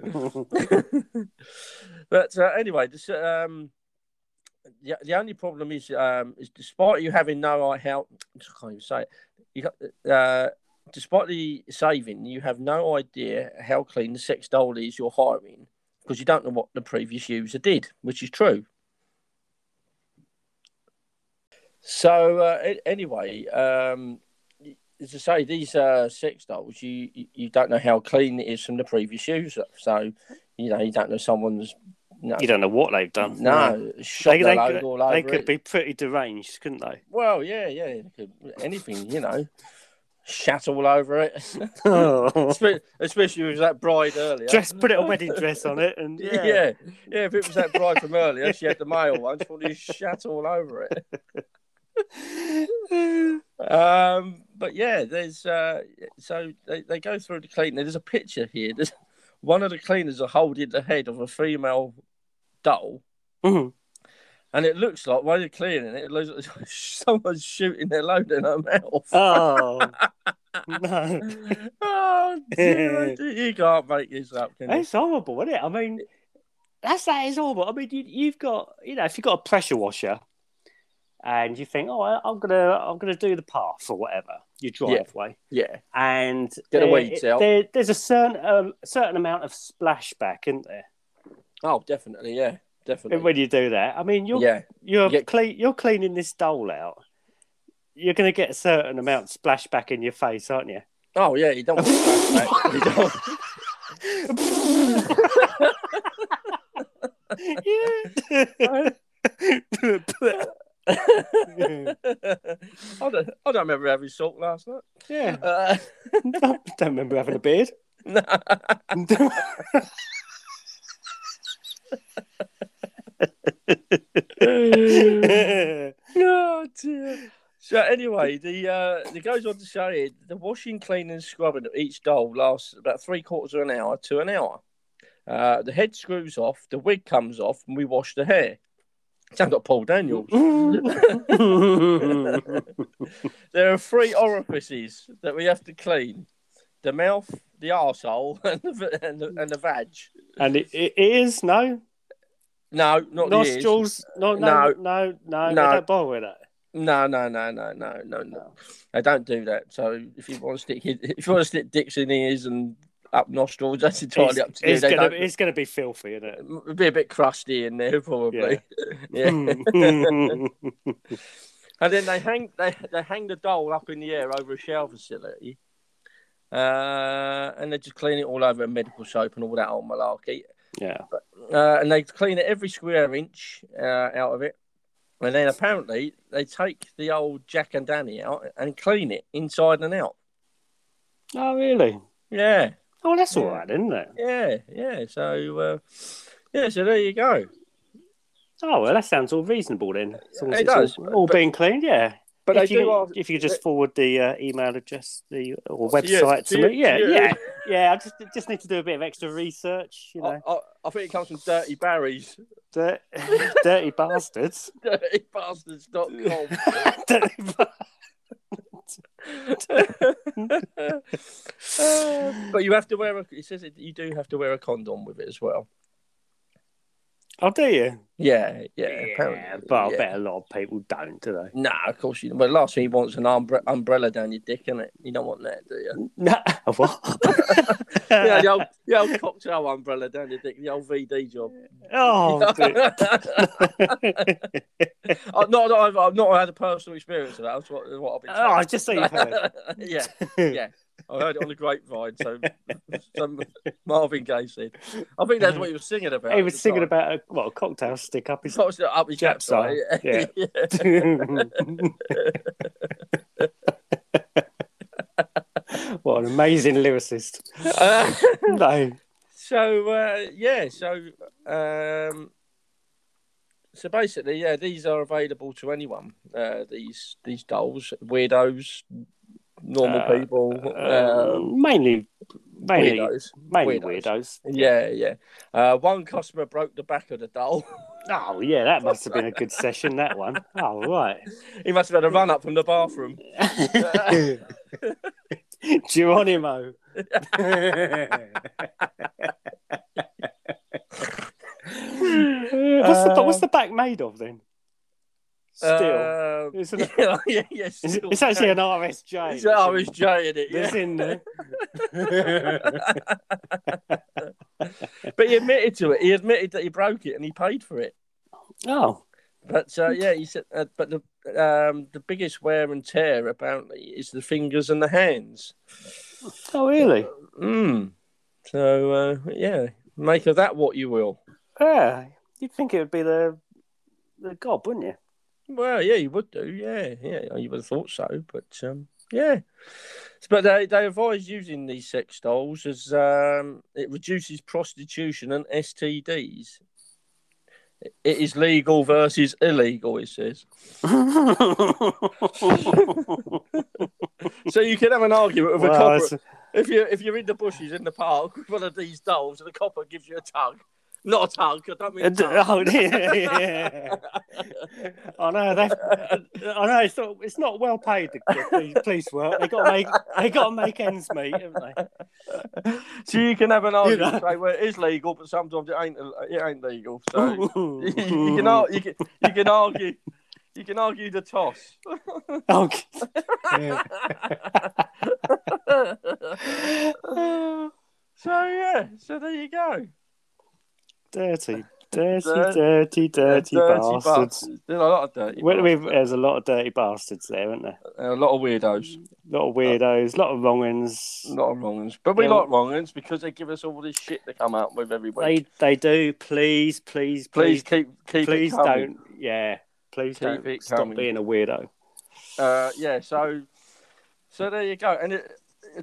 Speaker 1: but uh, anyway, this, um, the, the only problem is, um, is despite you having no idea how I can't even say it, you got, uh, despite the saving, you have no idea how clean the sex doll is you're hiring because you don't know what the previous user did, which is true. So uh, a- anyway, um, as I say, these uh, sex dolls, you, you you don't know how clean it is from the previous user. So, you know, you don't know someone's. No,
Speaker 2: You don't know what they've done.
Speaker 1: no, shot
Speaker 2: They,
Speaker 1: their
Speaker 2: they,
Speaker 1: load
Speaker 2: could,
Speaker 1: all over
Speaker 2: they could
Speaker 1: it.
Speaker 2: be pretty deranged, couldn't they?
Speaker 1: Well, yeah, yeah, it could- anything, you know, shat all over it. Espe- Especially with that bride earlier.
Speaker 2: dress, put it a wedding dress on it, and yeah.
Speaker 1: Yeah. yeah, If it was that bride from earlier, she had the male one. She probably shat all over it. Um, but yeah, there's uh, so they, they go through the cleaner. There's a picture here. There's one of the cleaners are holding the head of a female doll,
Speaker 2: Mhm.
Speaker 1: And it looks like while you're cleaning it, it looks like someone's shooting their load in her mouth.
Speaker 2: Oh no,
Speaker 1: oh, dear, you can't make this up, can you?
Speaker 2: it's horrible, isn't it? I mean, that's that is horrible. I mean, you, you've got you know if you've got a pressure washer, and you think, oh, I- I'm gonna I'm gonna do the path or whatever your driveway,
Speaker 1: Yeah.
Speaker 2: and
Speaker 1: Get the
Speaker 2: there-
Speaker 1: weeds out.
Speaker 2: there- there's a certain um, certain amount of splashback, isn't there?
Speaker 1: Oh, definitely. Yeah. Definitely.
Speaker 2: When you do that, I mean, you're
Speaker 1: yeah.
Speaker 2: you're
Speaker 1: You get-
Speaker 2: clean, you're cleaning this dole out. You're going to get a certain amount of splashback in your face, aren't you?
Speaker 1: Oh, yeah. You don't want that. You don't.
Speaker 2: yeah.
Speaker 1: I don't, I don't remember having salt last night.
Speaker 2: yeah.
Speaker 1: Uh,
Speaker 2: Don't remember having a beard.
Speaker 1: no. oh dear. So anyway, the uh, it goes on to say it, the washing, cleaning, and scrubbing of each doll lasts about three quarters of an hour to an hour. Uh, the head screws off, the wig comes off, and we wash the hair. Sounds like Paul Daniels. There are three orifices that we have to clean: the mouth, the arsehole, and the and the, and the vag.
Speaker 2: and it, it is no
Speaker 1: No, not the ears.
Speaker 2: nostrils. No, no,
Speaker 1: No.
Speaker 2: no, no. They
Speaker 1: No.
Speaker 2: don't bother with that.
Speaker 1: No, no, no, no, no, no, no. I don't do that. So if you want to stick, if you want to stick dicks in ears and up nostrils, that's entirely
Speaker 2: It's,
Speaker 1: up to you.
Speaker 2: it's
Speaker 1: They
Speaker 2: gonna,
Speaker 1: don't-
Speaker 2: it's gonna be filthy, isn't it?
Speaker 1: It'd be a bit crusty in there probably. Yeah.
Speaker 2: Hmm.
Speaker 1: and then they hang they, they hang the doll up in the air over a shower facility. Uh, and they just clean it all over in medical soap and all that old malarkey.
Speaker 2: yeah.
Speaker 1: Uh, and they clean it every square inch uh, out of it. And then apparently they take the old Jack and Danny out and clean it inside and out.
Speaker 2: Oh, really?
Speaker 1: Yeah,
Speaker 2: Oh, that's all
Speaker 1: Yeah.
Speaker 2: right, isn't it?
Speaker 1: yeah, yeah. So, uh, yeah, so there you go.
Speaker 2: Oh, well, that sounds all reasonable then. As long as
Speaker 1: It
Speaker 2: it's
Speaker 1: does,
Speaker 2: all, all
Speaker 1: but-
Speaker 2: being cleaned, yeah.
Speaker 1: But
Speaker 2: if
Speaker 1: they
Speaker 2: you,
Speaker 1: do ask.
Speaker 2: if you could just forward the uh, email address the or
Speaker 1: To you,
Speaker 2: website
Speaker 1: to
Speaker 2: to
Speaker 1: you,
Speaker 2: me, yeah,
Speaker 1: to you.
Speaker 2: yeah, yeah. I just just need to do a bit of extra research, you
Speaker 1: I,
Speaker 2: know.
Speaker 1: I, I think it comes from Dirty Barry's.
Speaker 2: Dirt, dirty bastards.
Speaker 1: DirtyBastards.com.
Speaker 2: Dirty ba-
Speaker 1: Uh, but you have to wear a. It says it, you do have to wear a condom with it as well.
Speaker 2: I'll do you.
Speaker 1: Yeah, yeah.
Speaker 2: yeah
Speaker 1: apparently,
Speaker 2: but I
Speaker 1: yeah.
Speaker 2: bet a lot of people don't, do they?
Speaker 1: Nah, of course you. Well, the last thing you want is an umbre- umbrella down your dick, innit? You don't want that, do you?
Speaker 2: No, what?
Speaker 1: Yeah, the old, the old cocktail umbrella down your dick, the old VD job.
Speaker 2: oh, dear.
Speaker 1: I've not, I've, I've not had a personal experience of that. That's what, what I've been.
Speaker 2: oh,
Speaker 1: told.
Speaker 2: I just so you heard.
Speaker 1: yeah, yeah. I heard it on the grapevine. So, so Marvin Gaye said. I think that's what he was singing about.
Speaker 2: He
Speaker 1: at
Speaker 2: was
Speaker 1: the
Speaker 2: singing
Speaker 1: time.
Speaker 2: about a well, a cocktail stick up his.
Speaker 1: It's not up his
Speaker 2: Jap
Speaker 1: jackside.
Speaker 2: side,
Speaker 1: Yeah.
Speaker 2: what an amazing lyricist!
Speaker 1: Uh,
Speaker 2: no,
Speaker 1: so uh, yeah, so um, so basically, yeah, these are available to anyone. Uh, these these dolls, weirdos, normal
Speaker 2: Uh,
Speaker 1: people,
Speaker 2: uh,
Speaker 1: um,
Speaker 2: mainly, mainly,
Speaker 1: weirdos.
Speaker 2: mainly
Speaker 1: weirdos.
Speaker 2: weirdos.
Speaker 1: Yeah, yeah. Uh, one customer broke the back of the doll.
Speaker 2: Oh yeah, that must have been a good session. That one. Oh right.
Speaker 1: he must have had a run up from the bathroom.
Speaker 2: Geronimo. what's, the, what's the back made of then? Steel.
Speaker 1: Um,
Speaker 2: It's an-
Speaker 1: yeah, yeah, yeah,
Speaker 2: It's,
Speaker 1: still.
Speaker 2: it's actually an RSJ.
Speaker 1: It's an RSJ in it.
Speaker 2: That's
Speaker 1: Yeah.
Speaker 2: in there.
Speaker 1: But he admitted to it. He admitted that he broke it and he paid for it.
Speaker 2: oh,
Speaker 1: But uh, yeah, he said. Uh, but the um, the biggest wear and tear apparently is the fingers and the hands.
Speaker 2: oh really?
Speaker 1: Mm. So uh, yeah, make of that what you will.
Speaker 2: Yeah, you'd think it would be the the gob, wouldn't you?
Speaker 1: Well, yeah, you would do. Yeah, yeah, you would have thought so. But um, yeah, but they they advise using these sex dolls as um, it reduces prostitution and STDs. It is legal versus illegal, it says. So you can have an argument with a
Speaker 2: Well,
Speaker 1: copper
Speaker 2: it's-
Speaker 1: if you if you're in the bushes in the park with one of these dolls and the copper gives you a tug. Not a tug. I don't mean. a
Speaker 2: Uh, d-
Speaker 1: tug.
Speaker 2: Oh, yeah, yeah. I know they. I know it's not. It's not well paid. The, the police- police work. They got to make. They got to make ends meet, haven't they?
Speaker 1: so you can have an argument
Speaker 2: know.
Speaker 1: and say, well, it is legal, but sometimes it ain't. It ain't legal. So you, can ar- you can you can argue you can argue the toss.
Speaker 2: Oh, g-
Speaker 1: so yeah, so there you go.
Speaker 2: dirty, dirty,
Speaker 1: Dirt-
Speaker 2: dirty, dirty, bastards.
Speaker 1: There's a lot of dirty.
Speaker 2: Well,
Speaker 1: bastards.
Speaker 2: we've- there's a lot of dirty bastards there, aren't there?
Speaker 1: A lot of weirdos,
Speaker 2: A lot of weirdos, a lot of wrong uns.
Speaker 1: a lot of wrongins, but we
Speaker 2: Yeah.
Speaker 1: like wrongins because they give us all this shit to come out with every week.
Speaker 2: They they do. Please, please,
Speaker 1: please
Speaker 2: please,
Speaker 1: keep keep
Speaker 2: please,
Speaker 1: it coming.
Speaker 2: don't. Yeah, please
Speaker 1: Keep
Speaker 2: don't
Speaker 1: it
Speaker 2: stop
Speaker 1: coming.
Speaker 2: being a weirdo.
Speaker 1: uh, yeah, so so there you go. And it,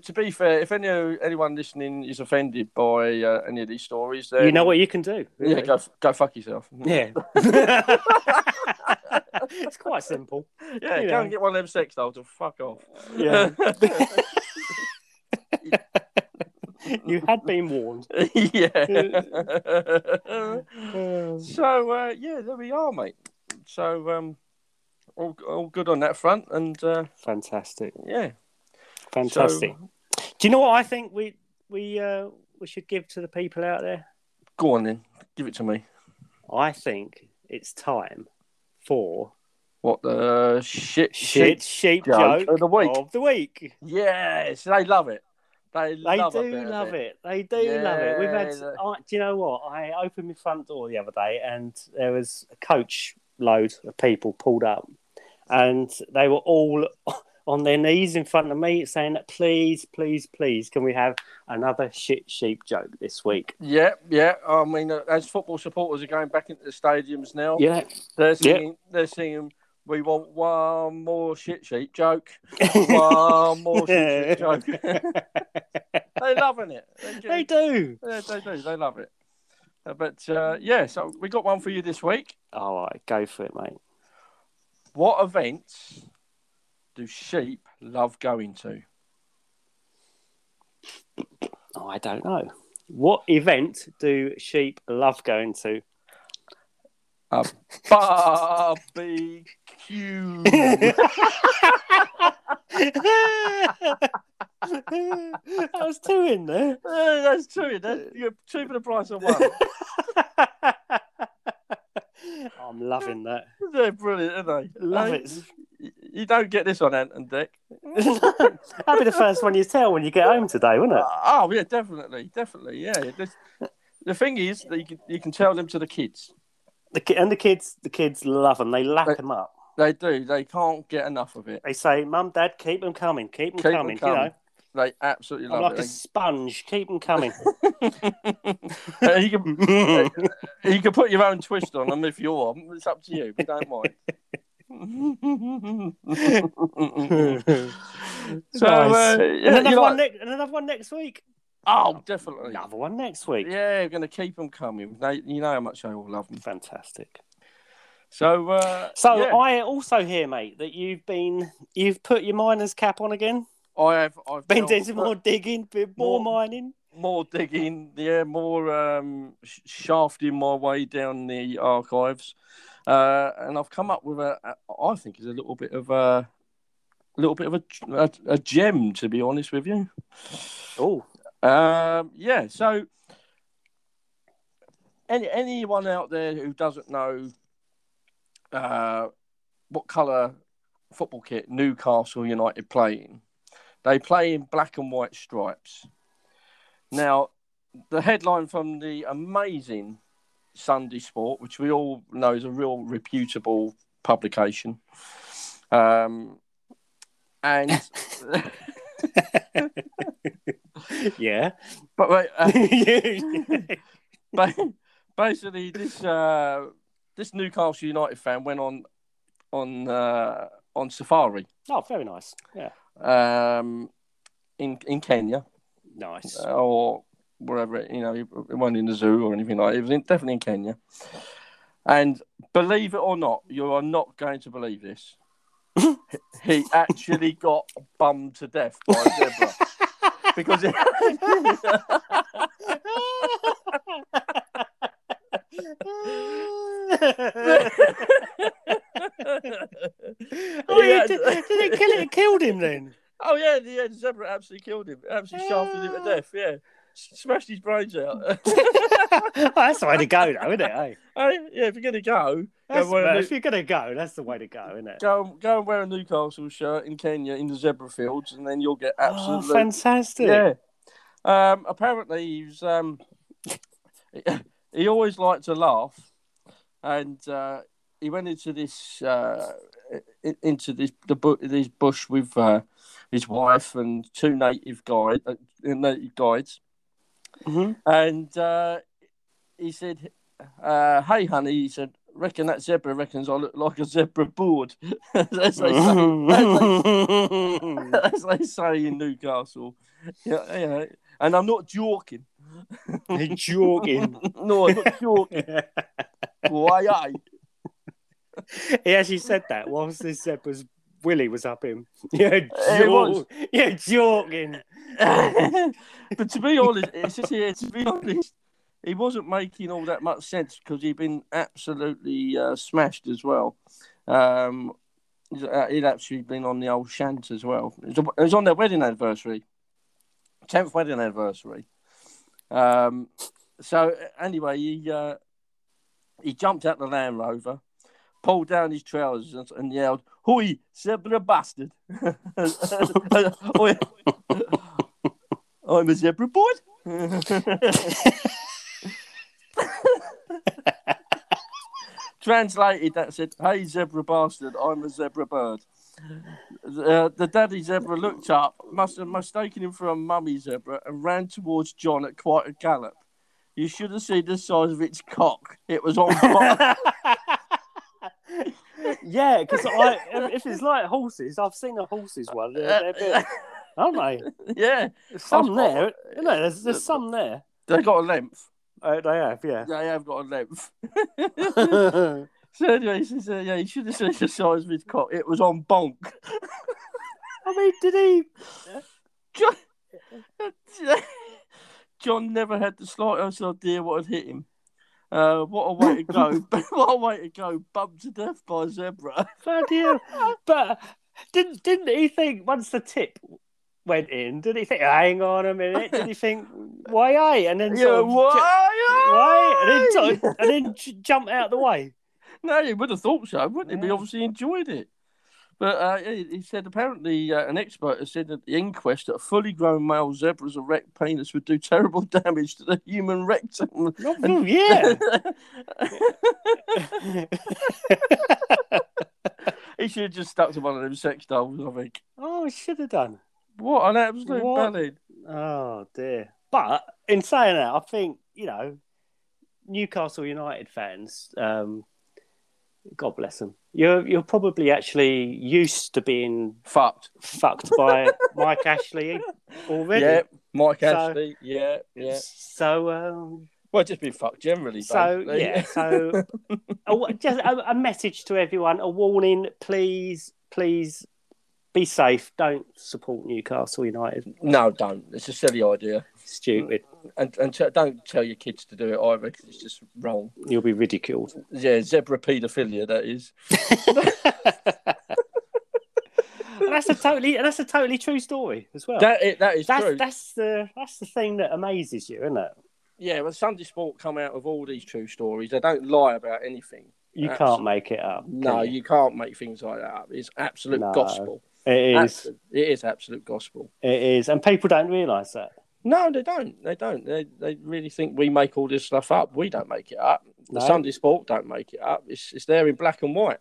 Speaker 1: to be fair, if any anyone listening is offended by uh, any of these stories, then
Speaker 2: you know what eh? you can do.
Speaker 1: Yeah, go f- go fuck yourself.
Speaker 2: Yeah. it's quite simple.
Speaker 1: yeah.
Speaker 2: you
Speaker 1: Go
Speaker 2: know.
Speaker 1: and get one of them sex dolls and fuck off.
Speaker 2: Yeah. You had been warned.
Speaker 1: yeah.
Speaker 2: Um,
Speaker 1: so uh, yeah, there we are, mate. So um, all all good on that front, and uh,
Speaker 2: Fantastic.
Speaker 1: yeah,
Speaker 2: Fantastic. Do you know what I think we we uh, we should give to the people out there?
Speaker 1: go on then, give it to me.
Speaker 2: I think it's time for
Speaker 1: What the shit?
Speaker 2: shit sheep joke, of the week.
Speaker 1: Yes, they love it. They,
Speaker 2: They
Speaker 1: love a
Speaker 2: do
Speaker 1: bit of
Speaker 2: love
Speaker 1: it.
Speaker 2: it. They do love it. We've had.
Speaker 1: Yeah.
Speaker 2: I, do you know what? I opened my front door the other day, and there was a coach load of people pulled up, and they were all on their knees in front of me, saying, "Please, please, please, can we have another shit sheep joke this week?"
Speaker 1: Yeah, yeah. I mean, uh, as football supporters are going back into the stadiums now,
Speaker 2: Yeah,
Speaker 1: they're singing, they're singing, we want one more shit sheet joke, one more shit sheet joke. They're loving it.
Speaker 2: they
Speaker 1: They, do.
Speaker 2: do.
Speaker 1: Yeah, they do. They love it. Uh, But uh, yeah, so we got one for you this week.
Speaker 2: All right, go for it, mate.
Speaker 1: What events do sheep love going to?
Speaker 2: Oh, I don't know. What event do sheep love going to?
Speaker 1: A barbecue.
Speaker 2: that was two in there.
Speaker 1: Uh, that's true. That's, you're two for the price of one.
Speaker 2: I'm loving that.
Speaker 1: They're brilliant, aren't they?
Speaker 2: Love
Speaker 1: They-
Speaker 2: it.
Speaker 1: y- You don't get this on Ant and Dick.
Speaker 2: That'd be the first one you tell when you get home today, wouldn't it?
Speaker 1: oh yeah, definitely, definitely, yeah. This, the thing is that you can you can tell them to the kids.
Speaker 2: The ki- and the kids, the kids love them. They lap them up.
Speaker 1: They do. They can't get enough of it.
Speaker 2: They say, "Mum, Dad, keep them coming, keep them
Speaker 1: Keep 'em
Speaker 2: coming." You
Speaker 1: coming.
Speaker 2: know,
Speaker 1: They absolutely
Speaker 2: I'm
Speaker 1: love
Speaker 2: like a
Speaker 1: it.
Speaker 2: sponge. Keep them coming.
Speaker 1: They- you can you can put your own twist on them if you want. It's up to you. We don't mind. so
Speaker 2: Nice.
Speaker 1: uh,
Speaker 2: and
Speaker 1: yeah,
Speaker 2: another
Speaker 1: you
Speaker 2: one
Speaker 1: like-
Speaker 2: next. And another one next week.
Speaker 1: oh, definitely.
Speaker 2: Another one next week.
Speaker 1: Yeah, we're going to keep them coming. They, you know how much I all love them.
Speaker 2: Fantastic.
Speaker 1: So, uh,
Speaker 2: So
Speaker 1: yeah,
Speaker 2: I also hear, mate, that you've been you've put your miner's cap on again.
Speaker 1: I have I've
Speaker 2: Been
Speaker 1: now
Speaker 2: doing some
Speaker 1: put
Speaker 2: more digging, bit more,
Speaker 1: more-
Speaker 2: mining.
Speaker 1: more digging, yeah, more um, sh- shafting my way down the archives, uh, and I've come up with a, a I think is a little bit of a, a little bit of a, a, a gem, to be honest with you.
Speaker 2: Oh,
Speaker 1: Um, yeah, so any anyone out there who doesn't know uh, what colour football kit Newcastle United play in, they play in black and white stripes. Now, the headline from the amazing Sunday Sport, which we all know is a real reputable publication, um, and
Speaker 2: yeah.
Speaker 1: but wait, uh,
Speaker 2: yeah.
Speaker 1: Ba- basically this uh, this Newcastle United fan went on on uh, on safari
Speaker 2: Oh, very nice. Yeah,
Speaker 1: um, in in Kenya
Speaker 2: nice.
Speaker 1: uh, or wherever you know it wasn't in the zoo or anything like that. it was in, definitely in Kenya and believe it or not you are not going to believe this he actually got bummed to death by a zebra because it-
Speaker 2: Oh,
Speaker 1: Yeah.
Speaker 2: yeah, did, did it kill it? Killed him then.
Speaker 1: Oh yeah, the yeah, the zebra absolutely killed him. Absolutely shafted him to death. Yeah, S- smashed his brains out.
Speaker 2: Oh, that's the way to go, though, isn't it? eh?
Speaker 1: hey, yeah, if you're gonna go,
Speaker 2: That's,
Speaker 1: go, wear a
Speaker 2: if
Speaker 1: new,
Speaker 2: you're gonna go, that's the way to go, isn't it?
Speaker 1: go, and- go and wear a Newcastle shirt in Kenya in the zebra fields, and then you'll get
Speaker 2: Oh,
Speaker 1: absolutely
Speaker 2: fantastic!
Speaker 1: yeah. Um, apparently he's um, he always liked to laugh, and uh, he went into this uh, i- into this the bu- this bush with uh, his wife and two native guide uh, native guides,
Speaker 2: Mhm.
Speaker 1: and uh, he said, uh, "Hey, honey," he said. Reckon that zebra reckons I look like a zebra board, as they
Speaker 2: Mm.
Speaker 1: say as they say in Newcastle. Yeah, yeah. And I'm not joking.
Speaker 2: You're joking.
Speaker 1: No, I'm not joking.
Speaker 2: he
Speaker 1: Why eh? I?
Speaker 2: actually said that whilst this was Willie was up him. Yeah,
Speaker 1: It was.
Speaker 2: jork. Yeah, joking.
Speaker 1: but to be honest, it's just, yeah, to be honest, he wasn't making all that much sense because he'd been absolutely uh, smashed as well. Um, uh, he'd actually been on the old shant as well. It was- it was on their wedding anniversary, tenth wedding anniversary. Um, so anyway, he uh, he jumped out the Land Rover, pulled down his trousers, and, and yelled, "Hoi, zebra bastard!" Oi, I'm a zebra boy. Translated, that said, "Hey zebra bastard, I'm a zebra bird." The, the daddy zebra looked up, must have mistaken him for a mummy zebra, and ran towards John at quite a gallop. You should have seen the size of its cock; it was on fire.
Speaker 2: yeah, because I if it's like horses, I've seen the horses one. They're, they're a bit, aren't they?
Speaker 1: yeah,
Speaker 2: There's some there. You know, there's, there's some there.
Speaker 1: they got a length.
Speaker 2: Uh, they have, yeah.
Speaker 1: They have got a length.
Speaker 2: oh,
Speaker 1: So anyway, he says, uh, yeah, you should have seen the size of his cock. It was on bonk.
Speaker 2: I mean, did he?
Speaker 1: John, John never had the slightest idea what had hit him. Uh, what a way to go! what a way to go! Bumped to death by a zebra.
Speaker 2: Bloody hell. But didn't didn't he think once the tip went in? Did he think, hang on a minute? Did he think, why I? And then sort
Speaker 1: Yeah,
Speaker 2: of ju- why? And
Speaker 1: why?
Speaker 2: then sort of, and then j- jump out of the way.
Speaker 1: No, he would have thought so, wouldn't he? But he
Speaker 2: Yeah.
Speaker 1: obviously enjoyed it. But uh, he, he said apparently uh, an expert has said at the inquest that a fully grown male zebra's erect penis would do terrible damage to the human rectum.
Speaker 2: Oh, yeah.
Speaker 1: he should have just stuck to one of them sex dolls, I think.
Speaker 2: oh, he should have done.
Speaker 1: What an absolute
Speaker 2: What?
Speaker 1: ballad.
Speaker 2: Oh dear. But in saying that, I think you know Newcastle United fans. Um, God bless them. You're you're probably actually used to being
Speaker 1: Fucked.
Speaker 2: fucked by Mike Ashley already.
Speaker 1: Yeah, Mike
Speaker 2: So-
Speaker 1: Ashley. Yeah, yeah.
Speaker 2: So um,
Speaker 1: Well, just been fucked generally.
Speaker 2: so
Speaker 1: basically.
Speaker 2: yeah. So a wa- just a, a message to everyone, a warning. Please, please, be safe. Don't support Newcastle United.
Speaker 1: no, don't. It's a silly idea,
Speaker 2: Stupid.
Speaker 1: and and t- don't tell your kids to do it either 'cause it's just wrong.
Speaker 2: You'll be ridiculed.
Speaker 1: Yeah, zebra paedophilia. That is.
Speaker 2: And that's a totally and that's a totally true story as well.
Speaker 1: That it, that is
Speaker 2: Oh. that's
Speaker 1: true.
Speaker 2: that's the that's the thing that amazes you, isn't it?
Speaker 1: Yeah, well, Sunday Sport come out of all these true stories. They don't lie about anything.
Speaker 2: You
Speaker 1: Absol-
Speaker 2: can't make it up. can
Speaker 1: No,
Speaker 2: you?
Speaker 1: you can't make things like that up. It's absolute
Speaker 2: No,
Speaker 1: gospel.
Speaker 2: it is.
Speaker 1: Absolute- it is absolute gospel.
Speaker 2: It is, and people don't realise that.
Speaker 1: No, they don't. They don't. They they really think we make all this stuff up. We don't make it up. The
Speaker 2: No.
Speaker 1: Sunday Sport don't make it up. It's it's there in black and white.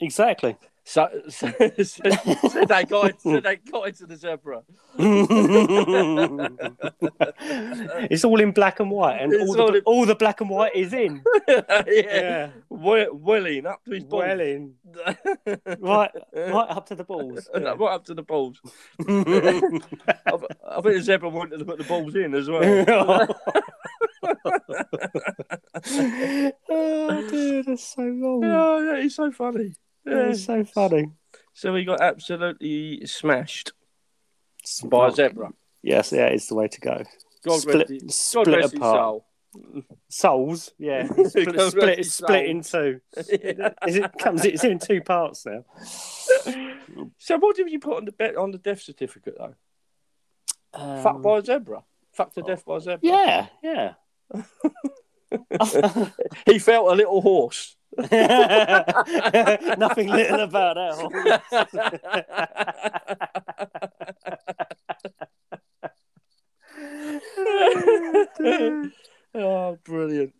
Speaker 2: Exactly.
Speaker 1: So, so, so, so they got so they got into the zebra.
Speaker 2: it's all in black and white, and
Speaker 1: It's
Speaker 2: all the,
Speaker 1: all in-
Speaker 2: all the black and white is in.
Speaker 1: yeah,
Speaker 2: Yeah,
Speaker 1: Well, welling up to his balls.
Speaker 2: well in.
Speaker 1: right.
Speaker 2: Right, right up to the balls.
Speaker 1: right up to the balls.
Speaker 2: Yeah.
Speaker 1: I, I think the zebra wanted to put the balls in as well.
Speaker 2: oh dear, that's so wrong.
Speaker 1: Yeah, yeah, it's so funny. Yeah.
Speaker 2: That's so funny.
Speaker 1: So we got absolutely smashed by a zebra.
Speaker 2: Yes, yeah, it's the way to go.
Speaker 1: God
Speaker 2: split,
Speaker 1: rest his, God
Speaker 2: split
Speaker 1: rest his
Speaker 2: apart.
Speaker 1: soul.
Speaker 2: souls. Yeah, It's
Speaker 1: It
Speaker 2: split,
Speaker 1: comes
Speaker 2: split,
Speaker 1: with
Speaker 2: it's split in two. Is it comes? It's in two parts now.
Speaker 1: so what did you put on the bet on the death certificate though? Fuck
Speaker 2: Um, oh.
Speaker 1: by a zebra. Fuck to death by a zebra.
Speaker 2: Yeah, yeah.
Speaker 1: He felt a little horse.
Speaker 2: Nothing little about that. horse.
Speaker 1: oh, brilliant.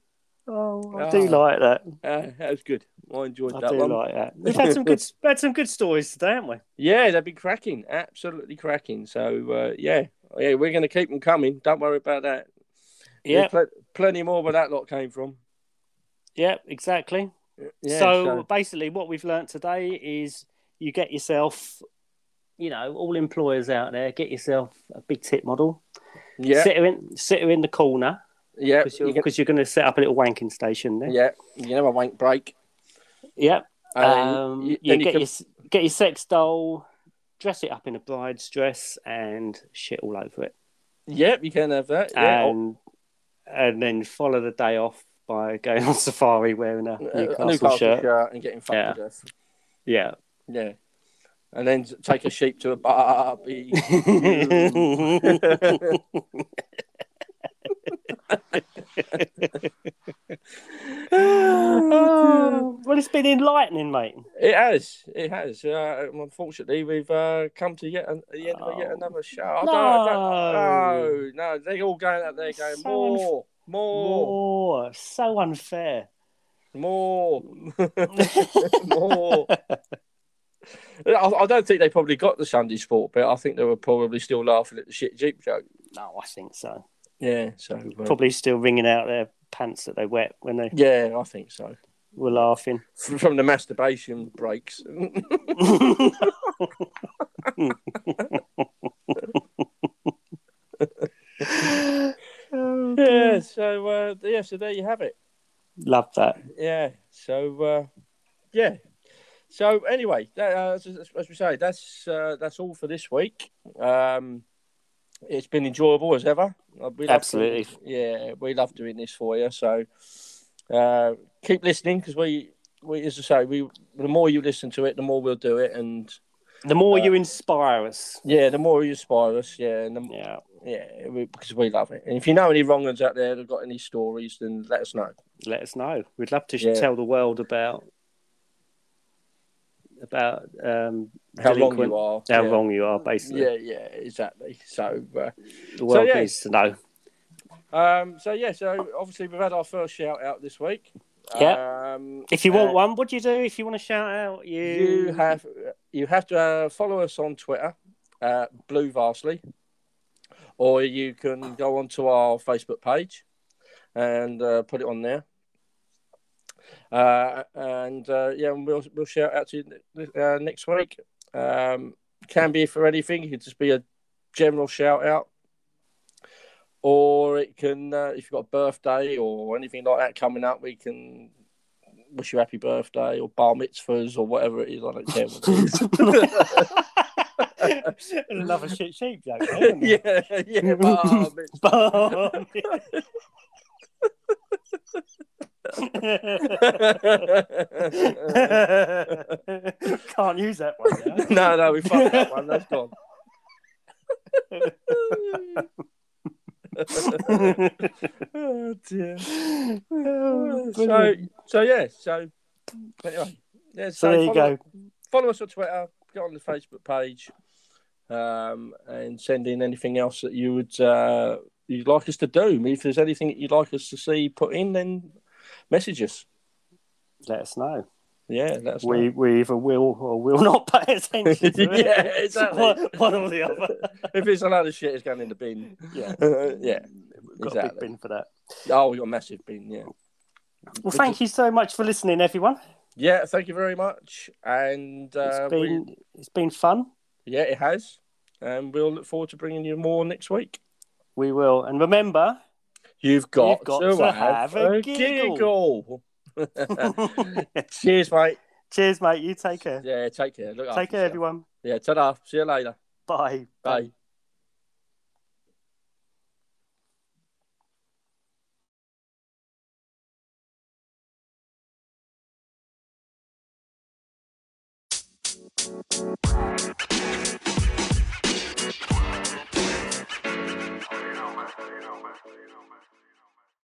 Speaker 2: Oh, I
Speaker 1: Oh.
Speaker 2: do like that.
Speaker 1: Uh, that was good. I enjoyed
Speaker 2: I
Speaker 1: that
Speaker 2: do
Speaker 1: one.
Speaker 2: like that. We've had some good, we had some good stories today, haven't we?
Speaker 1: Yeah, they've been cracking. Absolutely cracking. So, uh, yeah. Yeah, we're going to keep them coming. Don't worry about that. There's pl- plenty more where that lot came from.
Speaker 2: yep, exactly.
Speaker 1: Yeah,
Speaker 2: so, basically, what we've learnt today is you get yourself, you know, all employers out there, get yourself a big tip model.
Speaker 1: yeah,
Speaker 2: Sit her in, sit her in the corner
Speaker 1: yeah,
Speaker 2: because
Speaker 1: you
Speaker 2: you're,
Speaker 1: can,
Speaker 2: because you're going to set up a little wanking station there.
Speaker 1: yeah, you can have a wank break.
Speaker 2: Yep.
Speaker 1: And
Speaker 2: um,
Speaker 1: you-
Speaker 2: yeah,
Speaker 1: then you
Speaker 2: get
Speaker 1: can-
Speaker 2: your get your sex doll, dress it up in a bride's dress, and shit all over it,
Speaker 1: Yep, you can have that. Yeah, oh. or-
Speaker 2: and and then follow the day off by going on safari wearing a
Speaker 1: Uh, a
Speaker 2: Newcastle,
Speaker 1: oh, Newcastle
Speaker 2: shirt.
Speaker 1: shirt. and getting fucked
Speaker 2: Yeah.
Speaker 1: to death.
Speaker 2: Yeah.
Speaker 1: Yeah. And then take a sheep to a barbie.
Speaker 2: Oh, well, it's been enlightening, mate.
Speaker 1: It has. It has. Uh, unfortunately, we've uh, come to yet an- the end of yet
Speaker 2: Oh.
Speaker 1: another show. I
Speaker 2: No.
Speaker 1: don't, I don't- no, no, they're all going out there going
Speaker 2: So
Speaker 1: more, more,
Speaker 2: Oh, so unfair.
Speaker 1: more, more. I, I don't think they probably got the Sunday sport, but I think they were probably still laughing at the shit Jeep joke.
Speaker 2: No, I think so.
Speaker 1: Yeah, so uh,
Speaker 2: Probably still wringing out their pants that they wet when they
Speaker 1: yeah, I think so.
Speaker 2: were laughing.
Speaker 1: F- From the masturbation breaks. yeah, so uh, yeah, so there you have it.
Speaker 2: Love that.
Speaker 1: Yeah. So uh, yeah. So anyway, that, uh, as, as- as we say, that's uh, that's all for this week. Um, it's been enjoyable as ever. Uh, We love
Speaker 2: Absolutely.
Speaker 1: doing- yeah, we love doing this for you. So uh, keep listening because we, we, as I say, we the more you listen to it, the more we'll do it, and
Speaker 2: The more
Speaker 1: Uh,
Speaker 2: you inspire us.
Speaker 1: yeah, the more you inspire us, yeah, and the,
Speaker 2: Yeah.
Speaker 1: yeah, we, because we love it. And if you know any wrong ones out there that have got any stories, then let us know.
Speaker 2: Let us know. We'd love to
Speaker 1: Yeah.
Speaker 2: tell the world about about um,
Speaker 1: How wrong
Speaker 2: Delinquent.
Speaker 1: you are.
Speaker 2: how
Speaker 1: yeah.
Speaker 2: wrong you are, basically.
Speaker 1: Yeah, yeah, exactly. So, uh,
Speaker 2: The world
Speaker 1: yeah.
Speaker 2: needs to know.
Speaker 1: um, so yeah, so obviously we've had our first shout out this week. Um,
Speaker 2: If you want
Speaker 1: uh,
Speaker 2: one, what do you do? If you want to shout out, you,
Speaker 1: you have you have to uh, follow us on Twitter, uh, Blue Varsely, or you can go onto our Facebook page and uh, put it on there. Uh, and uh, yeah, and we'll we'll shout out to you uh, next week. Um, can be for anything. It could just be a general shout out, or it can uh, if you've got a birthday or anything like that coming up, we can wish you happy birthday or bar mitzvahs or whatever it is. I don't care what it is.
Speaker 2: Another shit sheep joke. eh, isn't it?
Speaker 1: yeah, yeah, bar mitzvah.
Speaker 2: Bomb. Can't use that one
Speaker 1: no,
Speaker 2: now.
Speaker 1: no, we fucked that one. That's gone. oh dear. so,
Speaker 2: Oh, brilliant.
Speaker 1: so yeah, so anyway, yeah, so,
Speaker 2: So there you
Speaker 1: follow,
Speaker 2: go.
Speaker 1: follow us on Twitter, get on the Facebook page, um, and send in anything else that you would uh, you'd like us to do. If there's anything that you'd like us to see put in, then message us.
Speaker 2: Let us know.
Speaker 1: Yeah, that's
Speaker 2: We we either will or will not pay attention to it.
Speaker 1: Yeah, exactly.
Speaker 2: One, one or the other.
Speaker 1: if it's a load of shit, it's going in the bin.
Speaker 2: Yeah.
Speaker 1: yeah.
Speaker 2: We've got a big
Speaker 1: Exactly.
Speaker 2: bin for that.
Speaker 1: Oh, we got a massive bin. Yeah.
Speaker 2: Well, thank you so much for listening, everyone.
Speaker 1: Yeah. Thank you very much. And uh,
Speaker 2: It's
Speaker 1: we-
Speaker 2: been it's been fun.
Speaker 1: yeah, it has. And we'll look forward to bringing you more next week.
Speaker 2: We will. And remember,
Speaker 1: You've got,
Speaker 2: got
Speaker 1: to,
Speaker 2: to
Speaker 1: have,
Speaker 2: have a
Speaker 1: a giggle. Cheers, mate.
Speaker 2: cheers, mate. You take care.
Speaker 1: Uh, Yeah, take care. Look
Speaker 2: Take
Speaker 1: after
Speaker 2: care,
Speaker 1: yourself.
Speaker 2: everyone.
Speaker 1: Yeah, ta-da. See you later.
Speaker 2: Bye.
Speaker 1: Bye.